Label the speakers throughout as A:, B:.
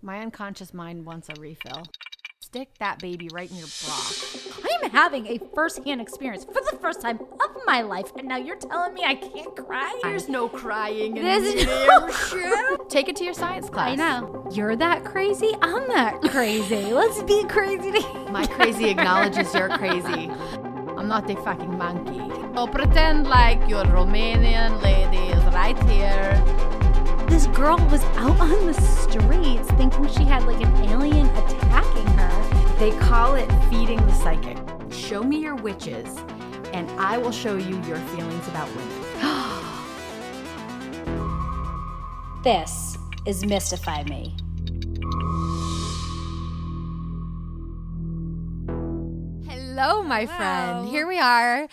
A: My unconscious mind wants a refill. Stick that baby right in your bra.
B: I am having a first-hand experience for the first time of my life, and now you're telling me I can't cry?
A: There's no crying in
B: There's
A: this
B: no
A: show. Take it to your science class.
B: I know. You're that crazy. I'm that crazy. Let's be crazy. together.
A: My crazy acknowledges you're crazy. I'm not a fucking monkey. So pretend like your Romanian lady is right here.
B: This girl was out on the streets thinking she had like an alien attacking her.
A: They call it feeding the psychic. Show me your witches, and I will show you your feelings about women.
B: This is Mystify Me.
A: Hello, Ah, my friend. Here we are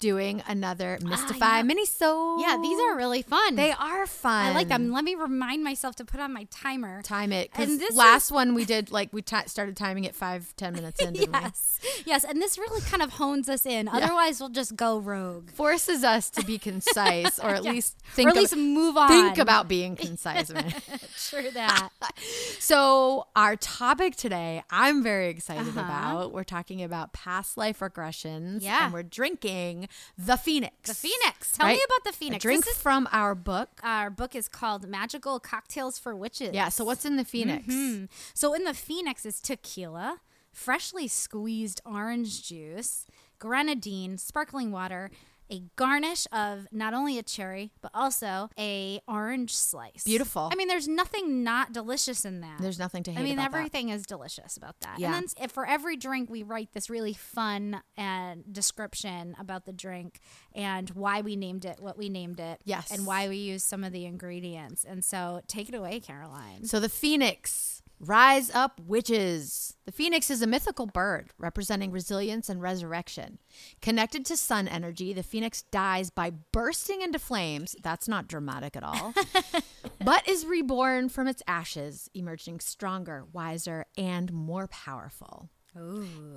A: doing another Mystify mini so
C: Yeah, these are really fun.
A: They are fun.
C: I like them. Let me remind myself to put on my timer.
A: Time it because
C: And this
A: last one we did like we ti started timing it five ten minutes in. Didn't we?
C: Yes. Yes, and this really kind of hones us in. Otherwise, we'll just go rogue.
A: Forces us to be concise, or at
C: Yeah.
A: least
C: Or
A: think
C: at least
A: ab-
C: move on.
A: Think about being concise, man.
C: Sure that.
A: So, our topic today, I'm very excited
C: Uh-huh.
A: about. We're talking about past life regressions.
C: Yeah.
A: And we're drinking the Phoenix. The
C: Phoenix. Tell me about the Phoenix.
A: drink
C: This is-
A: from our book.
C: Our book is called Magical Cocktails for Witches.
A: Yeah. So, what's in the Phoenix?
C: Mm. So in the Phoenix is tequila, freshly squeezed orange juice, grenadine, sparkling water, a garnish of not only a cherry but also a orange slice.
A: Beautiful.
C: I mean, there's nothing not delicious in that.
A: There's nothing to hate
C: I mean,
A: about that.
C: everything is delicious about that.
A: Yeah.
C: And then s- if for every drink, we write this really fun uh, description about the drink and why we named it, what we named it,
A: Yes.
C: and why we used some of the ingredients. And so, take it away, Caroline.
A: So, the Phoenix. Rise up, witches. The phoenix is a mythical bird representing resilience and resurrection. Connected to sun energy, the phoenix dies by bursting into flames. That's not dramatic at all. but is reborn from its ashes, emerging stronger, wiser, and more powerful.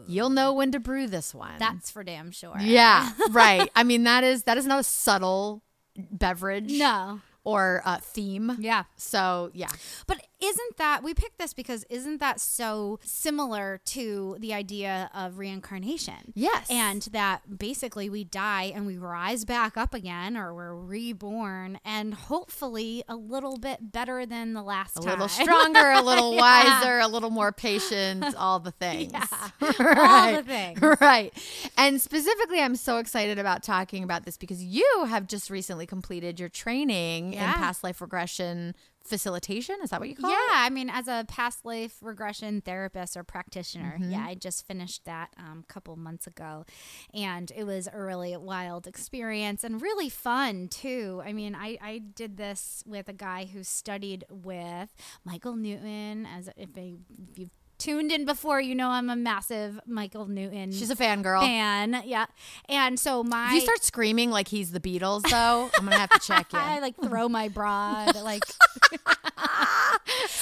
A: You'll know when to brew this one.
C: That's for damn sure.
A: yeah, right. I mean, that is that is not a subtle beverage.
C: No.
A: Or uh, theme.
C: Yeah.
A: So yeah.
C: But isn't that, we picked this because isn't that so similar to the idea of reincarnation?
A: Yes.
C: And that basically we die and we rise back up again or we're reborn and hopefully a little bit better than the last
A: A
C: time.
A: little stronger, a little wiser, a little more patient, all the things.
C: All
A: right.
C: the things.
A: Right. And specifically, I'm so excited about talking about this because you have just recently completed your training
C: Yeah.
A: in past life regression facilitation. Is that what you call
C: Yeah,
A: it?
C: I mean, as a past life regression therapist or practitioner,
A: Mm-hmm.
C: yeah, I just finished that a couple months ago, and it was a really wild experience and really fun too. I mean, I, I did this with a guy who studied with Michael Newton. As if, I, if you've tuned in before, you know I'm a massive Michael Newton
A: She's a fangirl.
C: fan. Yeah, and so my
A: If you start screaming like he's the Beatles, though, I'm gonna have to check you.
C: I
A: I,
C: like throw my bra, but, like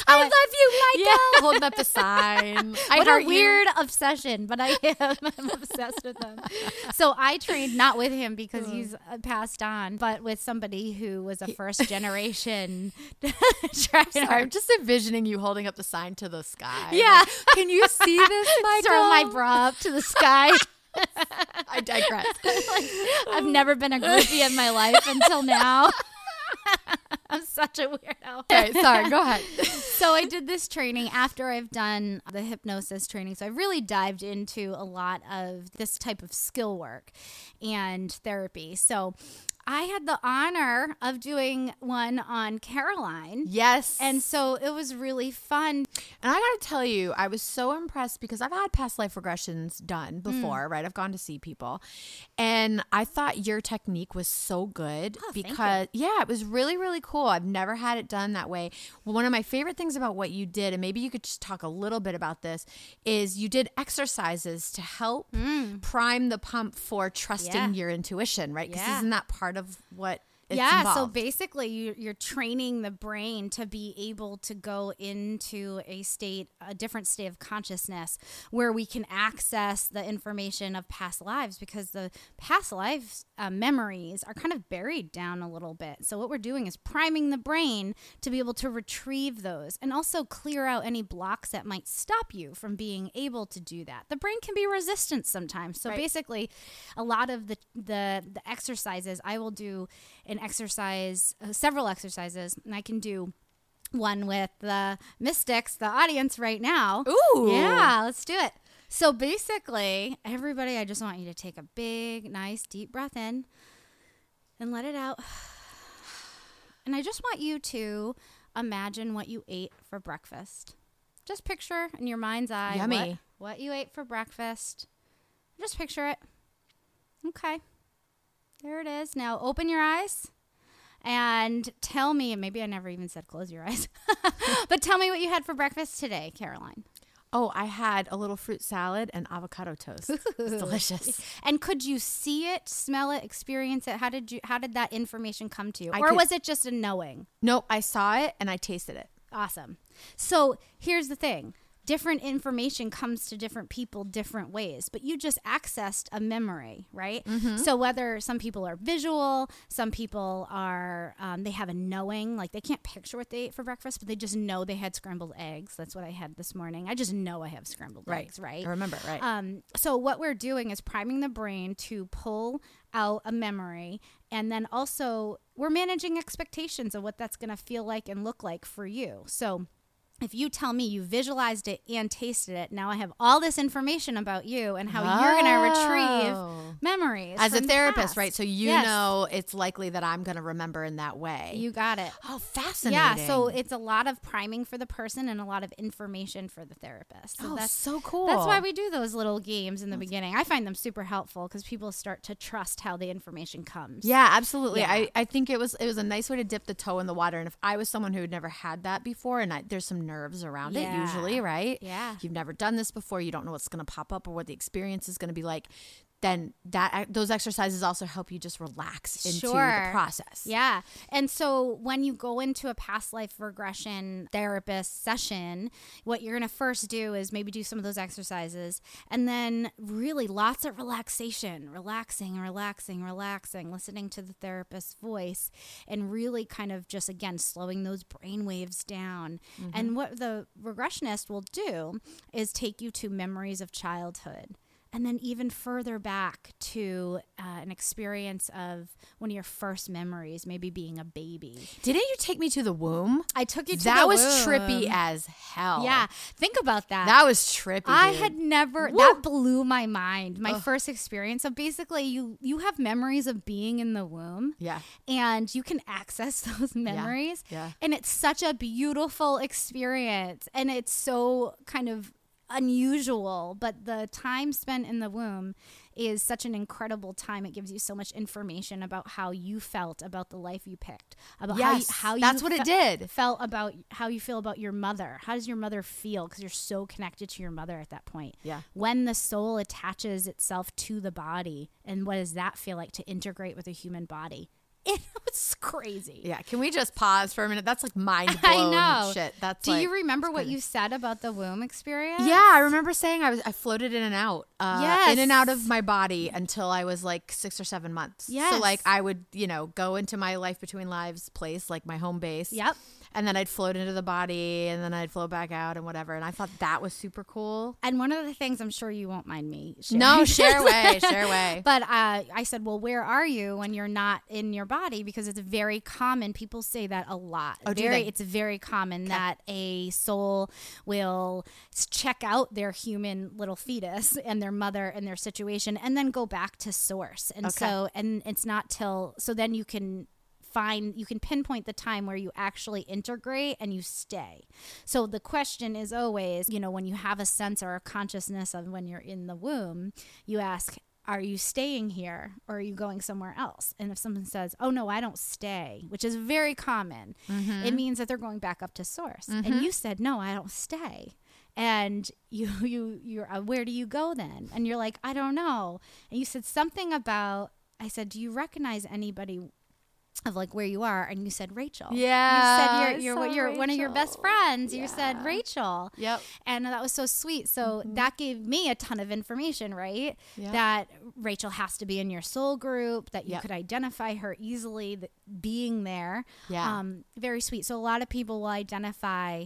A: love you, Michael. Holding up the sign. I
C: what
A: heart
C: a
A: you.
C: weird obsession, but I am. I'm obsessed with him. So I trained not with him because he's uh, passed on, but with somebody who was a first generation
A: Sorry,
C: trainer.
A: I'm just envisioning you holding up the sign to the sky.
C: Yeah.
A: Like, Can you see this, Michael?
C: Throw my bra up to the sky.
A: I digress.
C: I've never been a groupie in my life until now. I'm such a weirdo.
A: Okay, sorry, go ahead.
C: so I did this training after I've done the hypnosis training. So I really dived into a lot of this type of skill work and therapy. So I had the honor of doing one on Caroline.
A: Yes.
C: And so it was really fun.
A: And I got to tell you, I was so impressed because I've had past life regressions done
C: Mm.
A: before, right? I've gone to see people. And I thought your technique was so good
C: Oh, thank you.
A: because, yeah, it was really, really cool. I've never had it done that way. One of my favorite things about what you did, and maybe you could just talk a little bit about this, is you did exercises to help prime the pump for trusting
C: Mm. Yeah.
A: your intuition, right? Because
C: Yeah.
A: isn't that part of what it's
C: yeah, so
A: involved.
C: basically you, you're training the brain to be able to go into a state, a different state of consciousness where we can access the information of past lives because the past lives uh, memories are kind of buried down a little bit. So what we're doing is priming the brain to be able to retrieve those and also clear out any blocks that might stop you from being able to do that. The brain can be resistant sometimes. So
A: Right.
C: basically a lot of the the the exercises I will do an exercise uh, several exercises and I can do one with the mystics, the audience right now.
A: Ooh.
C: Yeah, let's do it. So basically, everybody, I just want you to take a big, nice, deep breath in and let it out. And I just want you to imagine what you ate for breakfast. Just picture in your mind's eye what-
A: Yummy.
C: what you ate for breakfast. Just picture it. Okay. There it is. Now open your eyes and tell me, and maybe I never even said close your eyes, but tell me what you had for breakfast today, Caroline.
A: Oh, I had a little fruit salad and avocado toast. It's delicious.
C: And could you see it, smell it, experience it? How did you how did that information come to you?
A: I
C: or
A: could-
C: was it just a knowing?
A: Nope, I saw it and I tasted it.
C: Awesome. So here's the thing different information comes to different people different ways, but you just accessed a memory, right?
A: Mm-hmm.
C: So whether some people are visual, some people are, um, they have a knowing, like they can't picture what they ate for breakfast, but they just know they had scrambled eggs. That's what I had this morning. I just know I have scrambled eggs, right?
A: I remember it, right. Uh,
C: Um, so what we're doing is priming the brain to pull out a memory, and then also we're managing expectations of what that's going to feel like and look like for you. So. If you tell me you visualized it and tasted it, now I have all this information about you and how you're going to
A: Oh.
C: retrieve memories
A: As a
C: from the
A: therapist,
C: past.
A: right? So you
C: Yes,
A: know it's likely that I'm going to remember in that way.
C: you got it.
A: oh, fascinating.
C: Yeah, so it's a lot of priming for the person and a lot of information for the therapist. So
A: oh,
C: that's
A: so cool.
C: That's why we do those little games in the beginning. I find them super helpful because people start to trust how the information comes.
A: Yeah, absolutely.
C: Yeah.
A: I, I think it was it was a nice way to dip the toe in the water. And if I was someone who had never had that before, and I, there's some nerves around it
C: Yeah.
A: usually, right?
C: Yeah.
A: you've never done this before, you don't know what's going to pop up or what the experience is going to be like. Then that e, those exercises also help you just relax into the
C: Sure.
A: process.
C: Yeah. And so when you go into a past life regression therapist session, what you're going to first do is maybe do some of those exercises and then really lots of relaxation, relaxing, relaxing, relaxing, listening to the therapist's voice and really kind of just again slowing those brain waves down.
A: Mm-hmm.
C: And what the regressionist will do is take you to memories of childhood and then even further back to uh, an experience of one of your first memories, maybe being a baby.
A: Didn't you take me to the womb?
C: I took you to
A: that
C: the
A: was
C: womb.
A: trippy as hell.
C: Yeah, think about that.
A: that was trippy.
C: I
A: dude.
C: had never that blew my mind. My first experience of basically you you have memories of being in the womb.
A: Yeah.
C: And you can access those memories.
A: yeah.
C: And it's such a beautiful experience and it's so kind of unusual, but the time spent in the womb is such an incredible time. It gives you so much information about how you felt about the life you picked, about
A: Yes,
C: how you, how
A: that's
C: you
A: what it did.
C: felt about how you feel about your mother. How does your mother feel? Because you're so connected to your mother at that point.
A: Yeah.
C: When the soul attaches itself to the body, and what does that feel like to integrate with a human body? It was crazy.
A: Yeah, can we just pause for a minute? That's like mind
C: I
A: blowing
C: know.
A: shit. That's
C: Do
A: like,
C: you remember what you said about the womb experience?
A: Yeah, I remember saying I was I floated in and out, uh, in and out of
C: Yes.
A: my body until I was like six or seven months. so like
C: Yes.
A: I would you know go into my life between lives place, like my home base.
C: Yep.
A: and then I'd float into the body, and then I'd float back out, and whatever. And I thought that was super cool.
C: And one of the things I'm sure you won't mind me. Sharing.
A: No, share away, share away.
C: But uh, I said, well, where are you when you're not in your body? Because it's very common. People say that a lot.
A: Oh, do
C: very,
A: they?
C: It's very common that a soul will s- check out their human little fetus and their mother and their situation and then go back to source. And
A: Okay.
C: so, and it's not till, so then you can find you can pinpoint the time where you actually integrate and you stay. So the question is always, you know, when you have a sense or a consciousness of when you're in the womb, you ask, are you staying here or are you going somewhere else? And if someone says, "Oh no, I don't stay," which is very common, it means that they're going back up to source. And you said, "No, I don't stay." and you you you're uh, where do you go then and you're like i don't know and you said something about i said do you recognize anybody of like where you are, and you said Rachel.
A: Yeah,
C: you said
A: I
C: you're,
A: saw
C: you're, you're one of your best
A: Rachel.
C: friends. You said Rachel.
A: Yep.
C: and that was so sweet. So that gave me a ton of information, right?
A: Mm-hmm. Yeah.
C: That Rachel has to be in your soul group. That you
A: Yep.
C: could identify her easily. That being there,
A: Yeah.
C: um, very sweet. So a lot of people will identify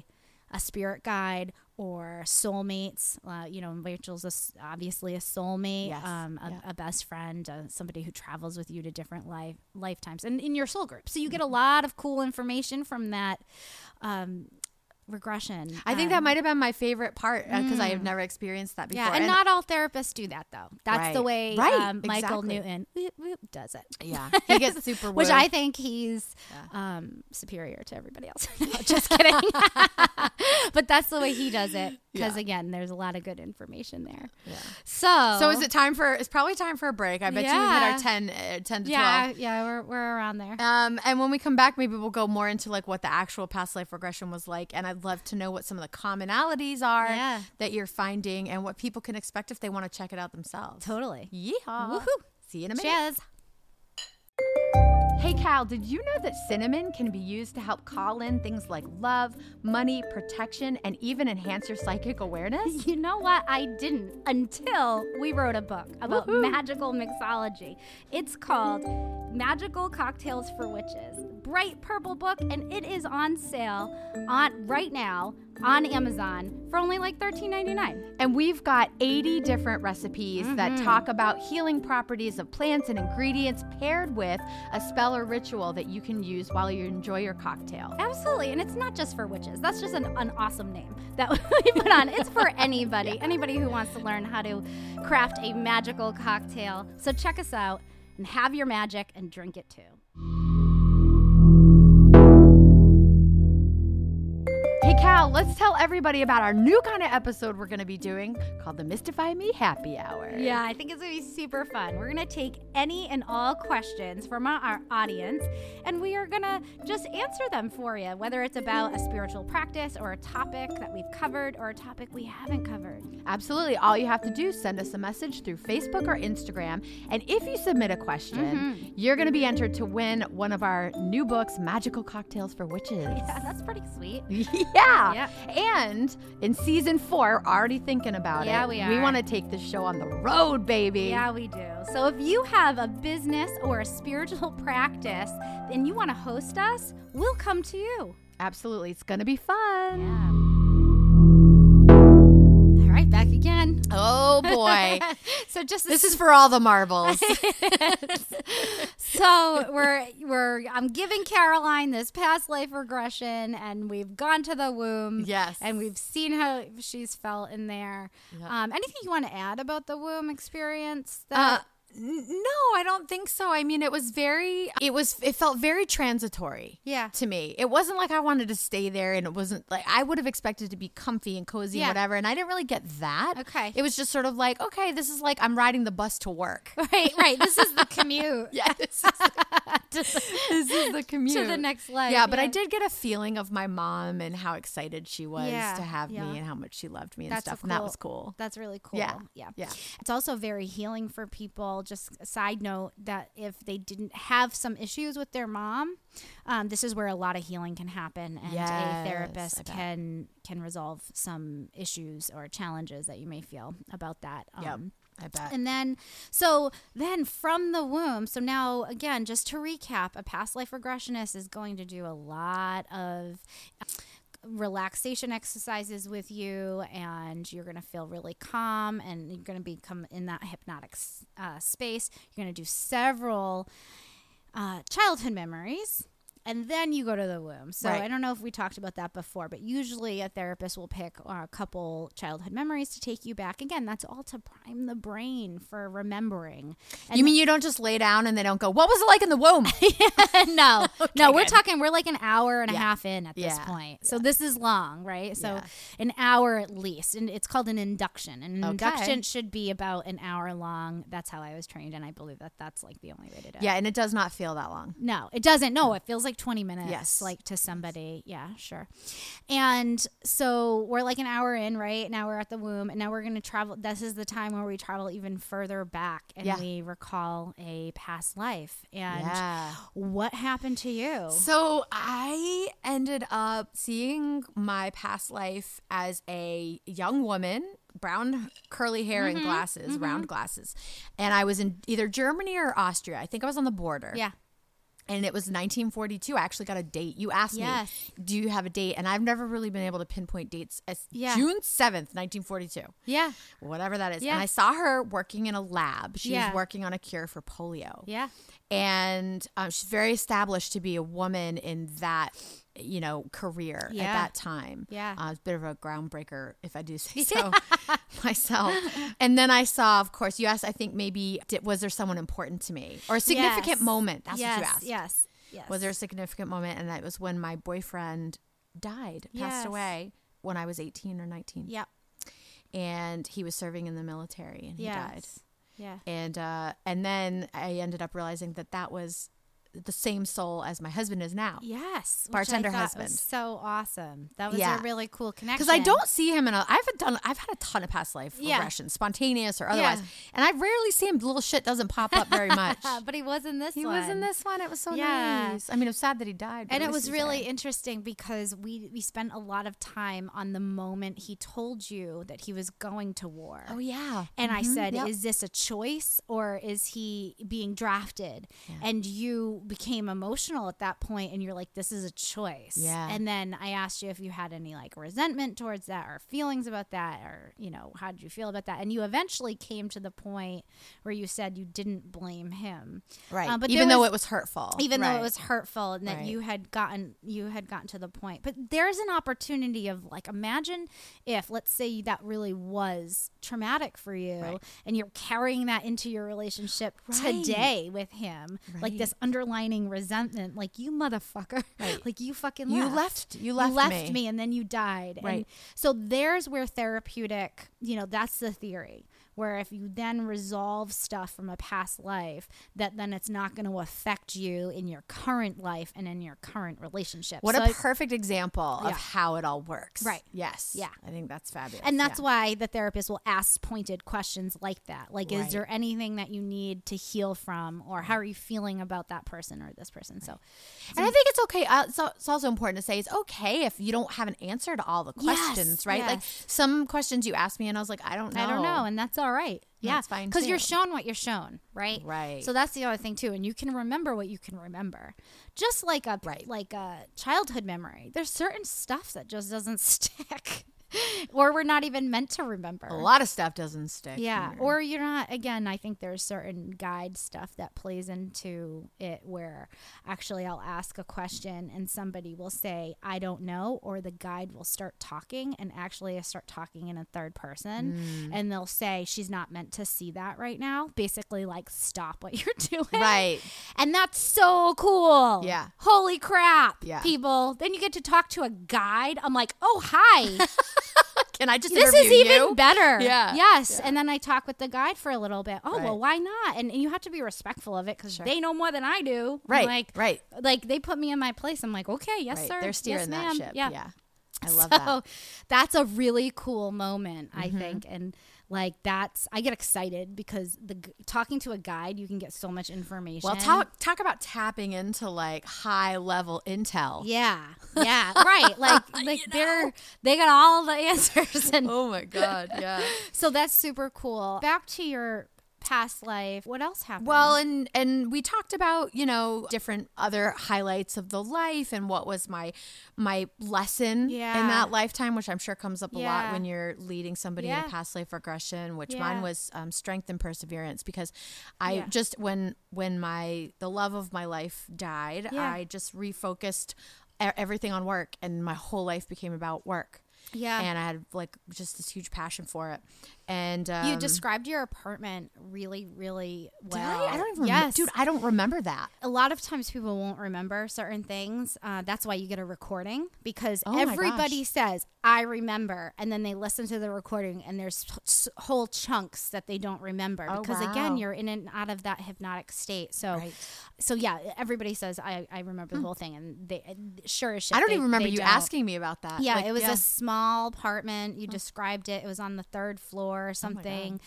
C: a spirit guide or soulmates. Uh, you know, Rachel's a s obviously a soulmate,
A: Yes.
C: um, a,
A: Yeah.
C: a best friend, uh, somebody who travels with you to different life lifetimes, and in your soul group. So you
A: Mm-hmm.
C: get a lot of cool information from that. Um, regression
A: I think
C: Um, Mm.
A: that might have been my favorite part because I have never experienced that before.
C: yeah, and, not all therapists do that though. That's the
A: Right.
C: way
A: Right,
C: um, Michael
A: exactly.
C: Newton whoop, whoop, does it.
A: yeah, he gets super.
C: Which
A: woo.
C: I think he's um, superior to everybody else. No, just kidding. but that's the way he does it. Because
A: Yeah.
C: again, there's a lot of good information there.
A: Yeah.
C: So,
A: So is it time for? It's probably time for a break. I bet you hit
C: Oh. Yeah.
A: our 10, uh, 10 to
C: Yeah,
A: twelve.
C: yeah, we're we're around there.
A: Um, and when we come back, maybe we'll go more into like what the actual past life regression was like, and I'd love to know what some of the commonalities are
C: Yeah.
A: that you're finding, and what people can expect if they want to check it out themselves.
C: Totally.
A: Yeehaw!
C: Woohoo.
A: See you in a minute.
C: Cheers.
A: Hey, Cal, did you know that cinnamon can be used to help call in things like love, money, protection, and even enhance your psychic awareness?
C: You know what? I didn't until we wrote a book about
A: Woohoo.
C: magical mixology. It's called Magical Cocktails for Witches. Bright purple book, and it is on sale on right now on Amazon for only like $13.99.
A: And we've got 80 different recipes that talk about healing properties of plants and ingredients paired with a spell or ritual that you can use while you enjoy your cocktail.
C: Absolutely, and it's not just for witches. That's just an, an awesome name that we put on. It's for anybody, anybody who wants to learn how to craft a magical cocktail. So check us out and have your magic and drink it too.
A: Hey, Cal, let's tell everybody about our new kind of episode we're going to be doing called the Mystify Me Happy Hour.
C: Yeah, I think it's going to be super fun. We're going to take any and all questions from our, our audience and we are going to just answer them for you, whether it's about a spiritual practice or a topic that we've covered or a topic we haven't covered.
A: Absolutely. All you have to do is send us a message through Facebook or Instagram. And if you submit a question, you're going to be entered to win one of our new books, Magical Cocktails for Witches.
C: Yeah, that's pretty sweet.
A: Yeah. And in season four, we're already thinking about
C: Yeah,
A: it.
C: we
A: We
C: are.
A: want to take the show on the road, baby.
C: Yeah, we do. So if you have a business or a spiritual practice and you want to host us, we'll come to you.
A: Absolutely. It's going to be fun.
C: Yeah. All right, back again.
A: Oh, boy.
C: So just
A: this is for all the marbles.
C: so we're we're I'm giving Caroline this past life regression, and we've gone to the womb.
A: Yes.
C: and we've seen how she's felt in there. Um, anything you want to add about the womb experience?
A: Uh,
C: That
A: n- no, I don't think so. I mean, it was very, it was, it felt very transitory.
C: Yeah.
A: To me, it wasn't like I wanted to stay there and it wasn't like I would have expected to be comfy and cozy
C: Yeah.
A: and whatever. And I didn't really get that.
C: Okay.
A: It was just sort of like, okay, this is like I'm riding the bus to work.
C: right, right. This is the commute
A: Uh, Yeah. This is, this is the commute.
C: to the next life.
A: Yeah, but I did get a feeling of my mom and how excited she was
C: Yeah,
A: to have
C: yeah.
A: me and how much she loved me and
C: That's a
A: stuff. And that was cool.
C: That's really cool.
A: Yeah,
C: yeah.
A: yeah.
C: It's also very healing for people. Just a side note that if they didn't have some issues with their mom, um, this is where a lot of healing can happen, and
A: Yes,
C: a
A: I
C: therapist
A: bet.
C: can can resolve some issues or challenges that you may feel about that. Um,
A: Yep. I bet.
C: and then, so then from the womb, so now again, just to recap, a past life regressionist is going to do a lot of uh, relaxation exercises with you, and you're going to feel really calm and you're going to become in that hypnotic s- uh, space. You're going to do several uh, childhood memories. And then you go to the womb. So
A: Right.
C: I don't know if we talked about that before, but usually a therapist will pick uh, a couple childhood memories to take you back. Again, that's all to prime the brain for remembering. And
A: you mean you don't just lay down and they don't go, what was it like in the womb?
C: no, no, we're
A: good.
C: talking we're like an hour and
A: Yeah.
C: a half in at this
A: Yeah.
C: point. So this is long, right? So an hour at least, and it's called an induction. An
A: Okay.
C: induction should be about an hour long. That's how I was trained, and I believe that that's like the only way to do it.
A: yeah, and it does not feel that long.
C: No, it doesn't. No, it feels like like 20 minutes
A: Yes.
C: like to somebody yeah sure and so we're like an hour in right now we're at the womb and now we're going to travel this is the time where we travel even further back and
A: Yeah.
C: we recall a past life and
A: Yeah.
C: what happened to you
A: So I ended up seeing my past life as a young woman, brown curly hair and glasses, round glasses. And I was in either Germany or Austria. I think I was on the border.
C: yeah
A: And it was 1942. I actually got a date. You asked
C: Yes.
A: me, do you have a date? And I've never really been able to pinpoint dates. It's
C: Yeah.
A: June 7th, 1942.
C: yeah
A: Whatever that is.
C: Yeah.
A: And I saw her working in a lab. She
C: Yeah.
A: was working on a cure for polio
C: yeah
A: and um, she's very established to be a woman in that you know career
C: Yeah.
A: at that time
C: Yeah.
A: uh, it's a bit of a groundbreaker if i do say so myself and then i saw of course you asked i think maybe did, was there someone important to me or a significant
C: Yes.
A: moment that's
C: yes,
A: what you asked
C: yes yes
A: was there a significant moment and that was when my boyfriend died
C: Yes.
A: passed away when i was 18 or 19
C: yeah
A: and he was serving in the military and he
C: yes.
A: died
C: yeah
A: and uh, and then I ended up realizing that that was the same soul as my husband is now.
C: Yes, which I
A: Oh. Bartender
C: thought was
A: husband.
C: so awesome. That was
A: Yeah.
C: a really cool connection.
A: Because I don't see him in a. I've done. I've had a ton of past life
C: Yeah.
A: regressions, spontaneous or otherwise,
C: Yeah.
A: and I rarely see him. Little shit doesn't pop up very much.
C: Uh, but he was in this.
A: he
C: one.
A: was in this one. It was so
C: Yeah.
A: nice. I mean, it was sad that he died, but
C: and
A: at
C: it
A: least
C: was
A: he's
C: really
A: there.
C: interesting because we we spent a lot of time on the moment he told you that he was going to war.
A: Oh yeah.
C: And I said,
A: yep.
C: "Is this a choice or is he being drafted?" And you became emotional at that point, and you're like, "This is a choice."
A: Yeah.
C: And then I asked you if you had any like resentment towards that or feelings about that, or you know, how did you feel about that? And you eventually came to the point where you said you didn't blame him,
A: Right.
C: Uh, but
A: even
C: there
A: though
C: was-
A: it was hurtful.
C: even though
A: Right.
C: it was hurtful and that
A: Right.
C: you had gotten you had gotten to the point but there's an opportunity of like imagine if let's say that really was traumatic for you
A: Right.
C: and you're carrying that into your relationship today with him like this underlining resentment like you motherfucker like you fucking
A: You left-
C: left.
A: you left
C: me.
A: me.
C: and then you died and
A: Right.
C: so there's where therapeutic you know that's the theory where if you then resolve stuff from a past life that then it's not going to affect you in your current life and in your current relationship
A: What
C: So
A: a
C: it's-
A: perfect example
C: Yeah.
A: of how it all works.
C: Right.
A: Yes.
C: Yeah.
A: I think that's fabulous.
C: and that's
A: Yeah.
C: why the therapist will ask pointed questions like that like is
A: Right.
C: there anything that you need to heal from or how are you feeling about that person or this person so
A: And I think it's okay. uh, It's al- it's also important to say it's okay if you don't have an answer to all the
C: Yes,
A: questions, right? Like
C: yes.
A: some questions you asked me, and I was like, I don't know.
C: I don't know, and that's all right. Yeah,
A: That's fine,
C: Because you're
A: too.
C: shown what you're shown, right?
A: Right.
C: So that's the other thing too, and you can remember what you can remember, just like a
A: Right.
C: like a childhood memory. There's certain stuff that just doesn't stick, or we're not even meant to remember.
A: A lot of stuff doesn't stick.
C: Yeah,
A: Or
C: or you're not. Again, I think there's certain guide stuff that plays into it where actually I'll ask a question and somebody will say, I don't know, or the guide will start talking and actually I start talking in a third
A: Mm.
C: person and they'll say, She's not meant to see that right now. Basically, like, stop what you're doing.
A: right.
C: And that's so cool.
A: Yeah.
C: Holy crap,
A: Yeah.
C: people. Then you get to talk to a guide. I'm like, Oh, hi.
A: Can I just
C: this is
A: interview
C: even
A: you?
C: better.
A: Yeah.
C: Yes. And then I talk with the guide for a little bit. Oh well,
A: Right.
C: why not? And, and you have to be respectful of it because they know more than I do. I'm
A: Right,
C: like
A: right.
C: Like they put me in my place. I'm like, okay, yes,
A: Right.
C: sir.
A: They're steering
C: yes,
A: that
C: ma'am.
A: ship.
C: Yeah.
A: Yeah. I love
C: So
A: that. Mm-hmm.
C: that's a really cool moment, I think, and like that's I get excited because the g- talking to a guide, you can get so much information.
A: Well, talk talk about tapping into like high level intel.
C: Yeah, yeah, right. Like, like they're they got all the answers, and
A: Oh my god. Yeah.
C: So that's super cool. Back to your past life. What else happened?
A: Well, and and we talked about you know different other highlights of the life and what was my my lesson
C: Yeah.
A: in that lifetime, which I'm sure comes up a
C: Yeah.
A: lot when you're leading somebody in
C: Yeah.
A: a past life regression. Which
C: Yeah.
A: mine was um, strength and perseverance because I
C: Yeah.
A: just when when my the love of my life died,
C: Yeah.
A: I just refocused e- everything on work, and my whole life became about work.
C: Yeah.
A: and I had like just this huge passion for it, and um,
C: you described your apartment really, really
A: Did
C: well.
A: I? I don't even remem-
C: yes.
A: dude. I don't remember that.
C: a lot of times people won't remember certain things. Uh, that's why you get a recording because
A: Oh my
C: everybody says, I remember, and then they listen to the recording, and there's s- whole chunks that they don't remember
A: Oh,
C: because again,
A: wow.
C: you're in and out of that hypnotic state. So,
A: Right. Hmm.
C: so yeah, everybody says I, I remember the whole thing, and they sure as shit.
A: I don't
C: they-
A: even remember
C: they
A: you
C: don't.
A: asking me about that.
C: Yeah,
A: Like,
C: it was
A: yeah.
C: a small apartment. You described it. It was on the third
A: Oh
C: floor or something,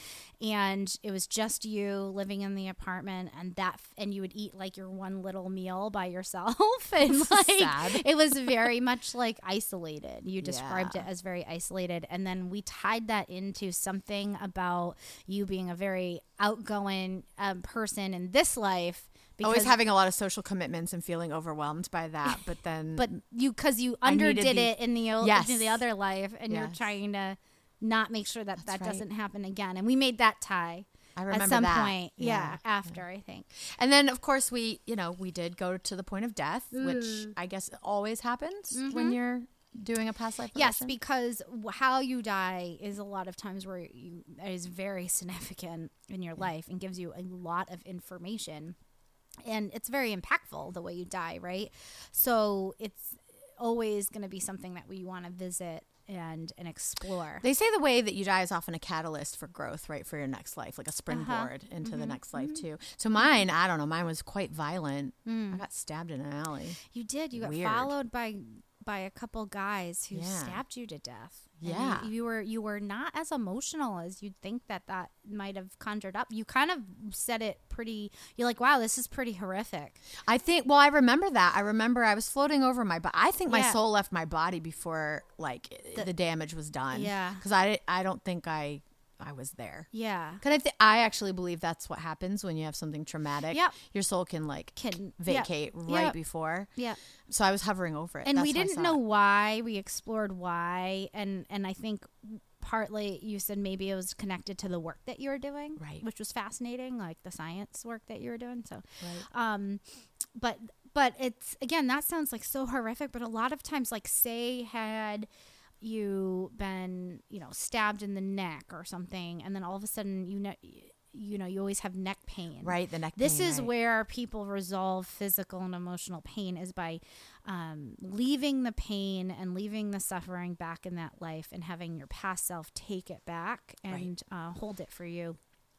C: and it was just you living in the apartment, and that, f- and you would eat like your one little meal by yourself, and like
A: Sad.
C: it was very much like isolated. You described
A: Yeah.
C: it as very isolated, and then we tied that into something about you being a very outgoing um, person in this life.
A: always having a lot of social commitments and feeling overwhelmed by that. But then,
C: but you because you
A: I needed
C: underdid
A: the-
C: it in the old
A: Yes.
C: in the other life and you're
A: Yes.
C: trying to not make sure that that
A: right.
C: doesn't happen again and we made that tie
A: I
C: at
A: remember
C: some
A: that.
C: point yeah,
A: Yeah,
C: after i think
A: and then of course we, you know, we did go to the point of death,
C: Mm.
A: which I guess always happens
C: Mm-hmm.
A: when you're doing a past life.
C: yes
A: regression.
C: because w- how you die is a lot of times where you is very significant in your life and gives you a lot of information and it's very impactful the way you die right so it's always going to be something that we want to visit and and explore
A: They say the way that you die is often a catalyst for growth, right? For your next life,
C: Uh-huh.
A: like a springboard into
C: Mm-hmm.
A: the next life, too. So mine, I don't know, mine was quite violent.
C: Mm.
A: I got stabbed in an alley.
C: You did. You got
A: Weird.
C: followed by by a couple guys who
A: Yeah.
C: stabbed you to death. And you-
A: Yeah.
C: you, were you were not as emotional as you'd think that that might have conjured up. You kind of said it pretty. You're like, wow, this is pretty horrific.
A: I think, well, I remember that. I remember I was floating over my body. I think my
C: Yeah.
A: soul left my body before, like, the, damage was done.
C: Yeah.
A: Because I, I don't think I, I was there.
C: Yeah,
A: Because I, th- I actually believe that's what happens when you have something traumatic.
C: Yep.
A: Your soul can, like,
C: Can- yep.
A: vacate right
C: Yep.
A: before.
C: yeah.
A: So I was hovering over it.
C: And we
A: That's how I
C: didn't
A: saw
C: know
A: it.
C: why. We explored why, and and I think partly you said maybe it was connected to the work that you were doing,
A: Right.
C: Which was fascinating, like the science work that you were doing. So,
A: Right.
C: um but but it's again that sounds like so horrific but a lot of times like say had you been you know stabbed in the neck or something and then all of a sudden you know you know you always have neck pain
A: Right, the neck
C: this
A: pain,
C: is
A: right.
C: where people resolve physical and emotional pain is by um, leaving the pain and leaving the suffering back in that life and having your past self take it back and uh, hold it for you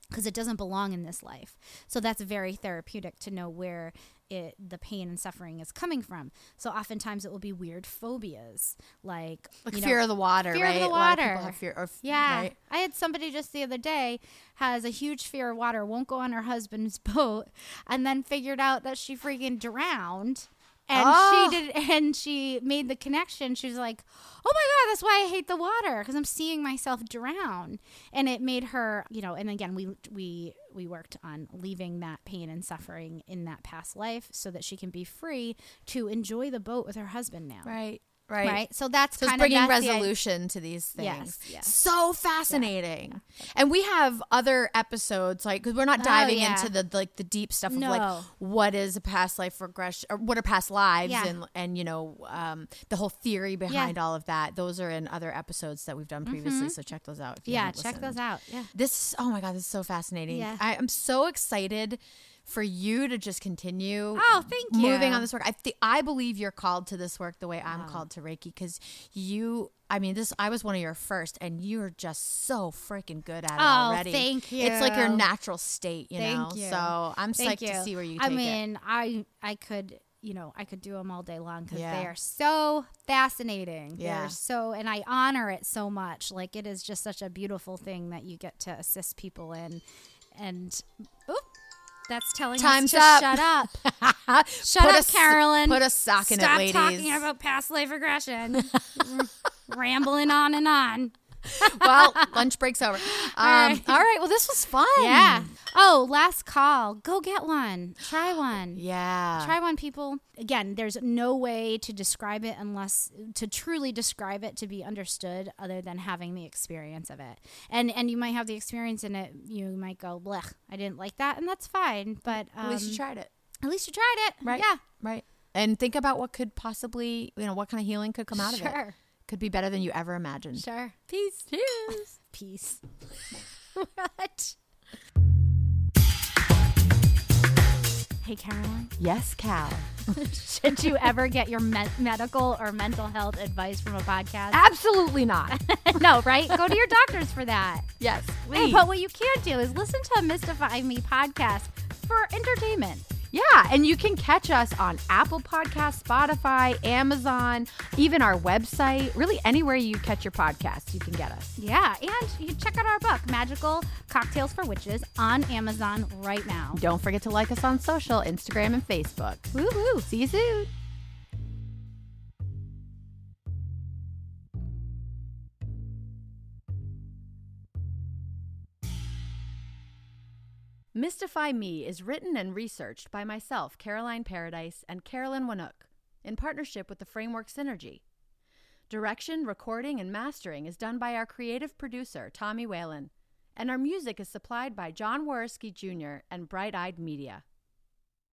C: because it doesn't belong in this life. So that's very therapeutic to know where it the pain and suffering is coming from. So oftentimes it will be weird phobias like,
A: Like
C: you know,
A: fear of the water,
C: fear of
A: right?
C: the
A: A lot of people
C: water.
A: have fear of
C: yeah,
A: right?
C: I had somebody just the other day has a huge fear of water, won't go on her husband's boat, and then figured out that she freaking drowned. And
A: Oh.
C: she did, and she made the connection. She was like, "Oh my god, that's why I hate the water because I'm seeing myself drown." And it made her, you know. And again, we we we worked on leaving that pain and suffering in that past life so that she can be free to enjoy the boat with her husband now.
A: Right.
C: Right. So that's
A: So it's
C: kind
A: bringing
C: of that's the idea.
A: resolution to these things.
C: Yes, yes.
A: So fascinating. And we have other episodes like cuz we're not diving
C: Oh, yeah.
A: into the like the deep stuff of
C: No.
A: like what is a past life regression or what are past lives
C: Yeah.
A: and and you know um, the whole theory behind all of that. Those are in other episodes that we've done previously, so check those out if you
C: Mm-hmm. Yeah,
A: haven't
C: check
A: listened.
C: those out. Yeah.
A: This oh my god, this is so fascinating.
C: Yeah.
A: I am so excited for you to just continue.
C: Oh, thank
A: Moving
C: you.
A: on this work, I th- I believe you're called to this work the way I'm called to Reiki because you. I mean, this I was one of your first, and you're just so freaking good at it
C: Oh,
A: already.
C: thank
A: It's like your
C: you.
A: natural state, you
C: Thank
A: know.
C: you.
A: So I'm
C: Thank
A: psyched to see where you. Take
C: I
A: it.
C: mean, I I could you know I could do them all day long because
A: Yeah.
C: they are so fascinating.
A: Yeah.
C: They're so, and I honor it so much. Like it is just such a beautiful thing that you get to assist people in, and oop, that's telling
A: Time's
C: us to
A: up.
C: shut up, shut
A: Put a
C: up,
A: s-
C: Carolyn.
A: put a sock in it,
C: Stop
A: ladies.
C: talking about past life regression, rambling on and on.
A: well, lunch break's over. Um, all, right.
C: right.
A: Well, this was fun.
C: Yeah. Oh, last call. Go get one. Try one.
A: Yeah.
C: Try one, people. Again, there's no way to describe it unless to truly describe it to be understood, other than having the experience of it. And and you might have the experience in it. You might go, blech, I didn't like that, and that's fine. But um,
A: At least you tried it.
C: at least you tried it,
A: Right.
C: Yeah,
A: Right. And think about what could possibly, you know, what kind of healing could come out of it.
C: Sure.
A: Could be better than you ever imagined.
C: sure.
A: Peace. Cheers.
C: Peace. what?
B: Hey, Caroline.
A: Yes, Cal.
C: Should you ever get your me- medical or mental health advice from a podcast?
A: Absolutely not.
C: no, right? Go to your doctors for that.
A: yes,
C: Hey,
A: please.
C: but what you can do is listen to a Mystify Me podcast for entertainment.
A: yeah, and you can catch us on Apple Podcasts, Spotify, Amazon, even our website. Really, anywhere you catch your podcast, you can get us.
C: Yeah, and you can check out our book, Magical Cocktails for Witches, on Amazon right now.
A: Don't forget to like us on social, Instagram and Facebook.
C: Woohoo!
A: See you soon. Mystify Me is written and researched by myself, Caroline Paradise, and Carolyn Winook, in partnership with the Framework Synergy. Direction, recording, and mastering is done by our creative producer, Tommy Whalen, and our music is supplied by John Worski Jr. and Bright Eyed Media.